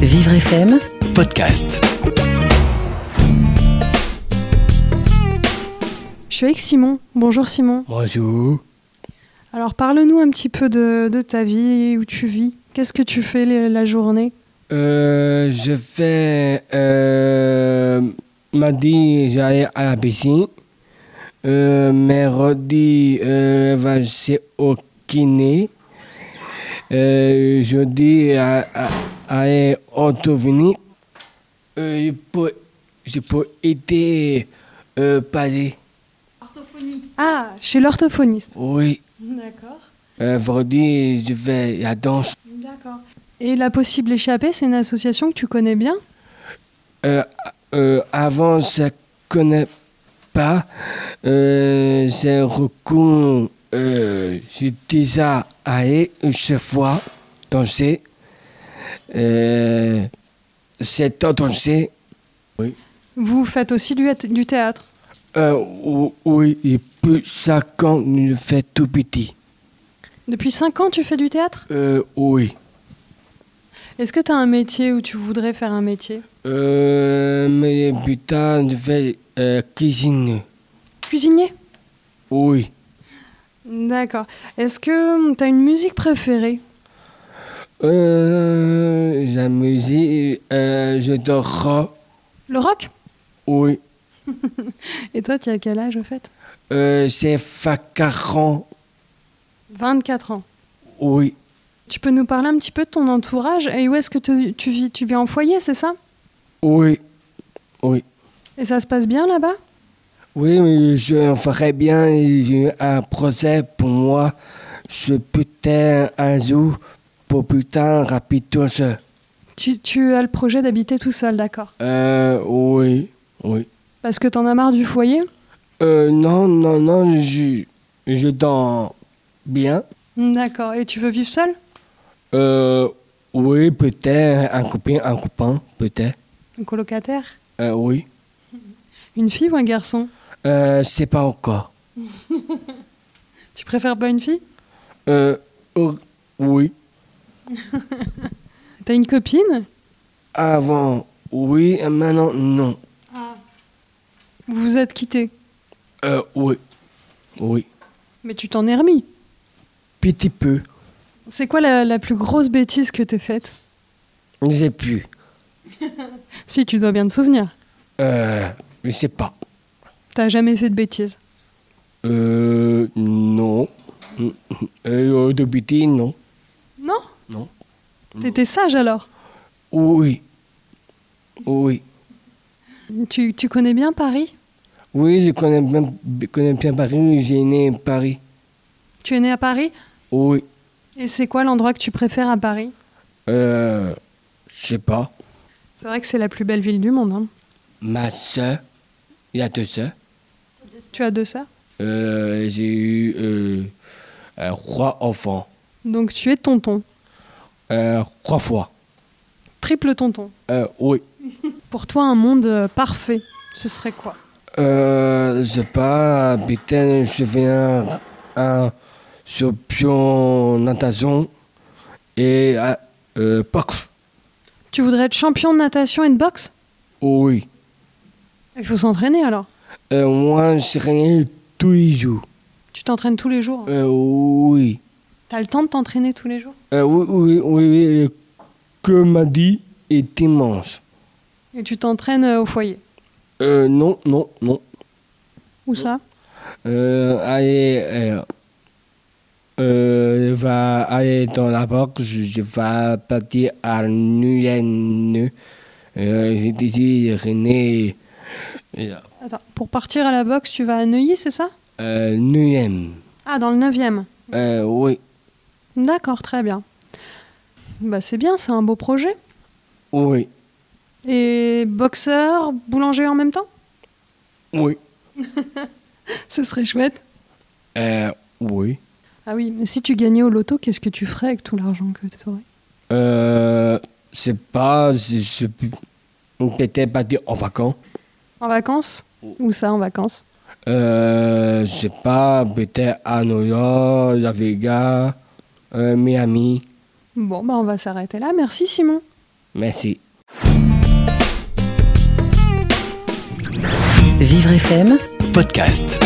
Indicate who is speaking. Speaker 1: Vivre FM,
Speaker 2: podcast.
Speaker 3: Je suis avec Simon. Bonjour Simon.
Speaker 4: Bonjour.
Speaker 3: Alors parle-nous un petit peu de, de ta vie, où tu vis, qu'est-ce que tu fais les- la journée
Speaker 4: Euh, je fais. Euh, mardi, j'allais à la piscine. Euh, mercredi, euh, va chez au kiné. Euh, jeudi, à- à- aller au tournée. Euh, je peux, je peux aider euh, parler.
Speaker 3: Ah, chez l'orthophoniste.
Speaker 4: Oui.
Speaker 3: D'accord.
Speaker 4: Euh, vendredi, je vais à la danse.
Speaker 3: D'accord. Et La Possible Échappée, c'est une association que tu connais bien
Speaker 4: Euh, euh, avant, je ne connais pas. Euh, je recours. Euh, J'ai déjà allé une seule fois danser. Euh, C'est temps danser. Oui.
Speaker 3: Vous faites aussi du, du théâtre.
Speaker 4: Euh, ou- oui, et plus ça quand je fais tout petit.
Speaker 3: Depuis 5 ans, tu fais du théâtre
Speaker 4: Euh, oui.
Speaker 3: Est-ce que tu as un métier où tu voudrais faire un métier
Speaker 4: Euh, mais putain, je fais euh, cuisine.
Speaker 3: Cuisinier
Speaker 4: Oui.
Speaker 3: D'accord. Est-ce que tu as une musique préférée
Speaker 4: Euh, la musique, euh, je te rends,
Speaker 3: Le rock
Speaker 4: oui.
Speaker 3: Et toi, tu as quel âge au fait
Speaker 4: Euh, c'est Facaran,
Speaker 3: 24 ans.
Speaker 4: oui.
Speaker 3: Tu peux nous parler un petit peu de ton entourage et où est-ce que te- tu vis Tu vis en foyer, c'est ça
Speaker 4: Oui. Oui.
Speaker 3: Et ça se passe bien là-bas
Speaker 4: Oui, mais je ferais bien j'ai un procès pour moi. Ce putain un jour pour putain rapidos.
Speaker 3: tu, tu as le projet d'habiter tout seul, d'accord
Speaker 4: Euh, oui. Oui.
Speaker 3: Parce que t'en as marre du foyer
Speaker 4: Euh, non, non, non, je, je dors bien.
Speaker 3: D'accord. Et tu veux vivre seul
Speaker 4: Euh, oui, peut-être un copain, un copain, peut-être.
Speaker 3: Un colocataire
Speaker 4: Euh, oui.
Speaker 3: Une fille ou un garçon
Speaker 4: Euh, c'est pas encore.
Speaker 3: Tu préfères pas une fille
Speaker 4: Euh, oh, oui.
Speaker 3: T'as une copine
Speaker 4: Avant, oui. et Maintenant, non.
Speaker 3: Vous vous êtes quittés.
Speaker 4: Euh, oui. Oui.
Speaker 3: Mais tu t'en es remis.
Speaker 4: Petit peu.
Speaker 3: C'est quoi la, la plus grosse bêtise que t'aies faite
Speaker 4: J'ai pu.
Speaker 3: Si, tu dois bien te souvenir.
Speaker 4: Euh, je sais pas.
Speaker 3: T'as jamais fait de bêtises.
Speaker 4: Euh, non. Euh, de petit, non.
Speaker 3: Non
Speaker 4: Non.
Speaker 3: T'étais sage alors
Speaker 4: Oui. Oui.
Speaker 3: tu, tu connais bien Paris
Speaker 4: Oui, je connais bien, je connais bien Paris. J'ai né à Paris.
Speaker 3: Tu es né à Paris
Speaker 4: Oui.
Speaker 3: Et c'est quoi l'endroit que tu préfères à Paris
Speaker 4: Euh, je sais pas.
Speaker 3: C'est vrai que c'est la plus belle ville du monde. hein.
Speaker 4: Ma soeur, il y a deux soeurs.
Speaker 3: Tu as deux sœurs
Speaker 4: Euh, j'ai eu euh, euh, trois enfants.
Speaker 3: Donc tu es tonton,
Speaker 4: Euh, trois fois.
Speaker 3: triple tonton.
Speaker 4: Euh, oui.
Speaker 3: Pour toi, un monde euh, parfait, ce serait quoi
Speaker 4: Euh, je sais pas, putain, je viens un champion natation et euh, euh, boxe.
Speaker 3: Tu voudrais être champion de natation et de boxe
Speaker 4: Oh Oui.
Speaker 3: Il faut s'entraîner alors.
Speaker 4: Euh, moi, je serai tous les jours.
Speaker 3: Tu t'entraînes tous les jours.
Speaker 4: Euh, oui.
Speaker 3: T'as le temps de t'entraîner tous les jours
Speaker 4: Euh, oui, oui, oui, oui. Que m'a dit est immense.
Speaker 3: Et tu t'entraînes euh, au foyer
Speaker 4: Euh, non, non, non.
Speaker 3: Où ça
Speaker 4: Euh, allez, euh, euh, je vais aller dans la boxe, je vais partir à Nuyen. Euh, J'ai dit René. Euh,
Speaker 3: Attends, pour partir à la boxe, tu vas à Neuilly, c'est ça
Speaker 4: euh, Nuyen.
Speaker 3: Ah, dans le 9e.
Speaker 4: Euh, oui,
Speaker 3: D'accord, très bien. Bah, c'est bien, c'est un beau projet.
Speaker 4: oui,
Speaker 3: Et boxeur, boulanger en même temps
Speaker 4: oui.
Speaker 3: Ce serait chouette.
Speaker 4: Euh, oui.
Speaker 3: Ah oui, mais si tu gagnais au loto, qu'est-ce que tu ferais avec tout l'argent que tu aurais
Speaker 4: Euh, c'est pas. Je, je, peut-être partir en vacances.
Speaker 3: En vacances Où ça, en vacances
Speaker 4: Euh, je sais pas, peut-être à New York, Las Vegas, euh, Miami.
Speaker 3: Bon, bah on va s'arrêter là. Merci Simon.
Speaker 4: Merci.
Speaker 5: Vivre FM
Speaker 1: podcast.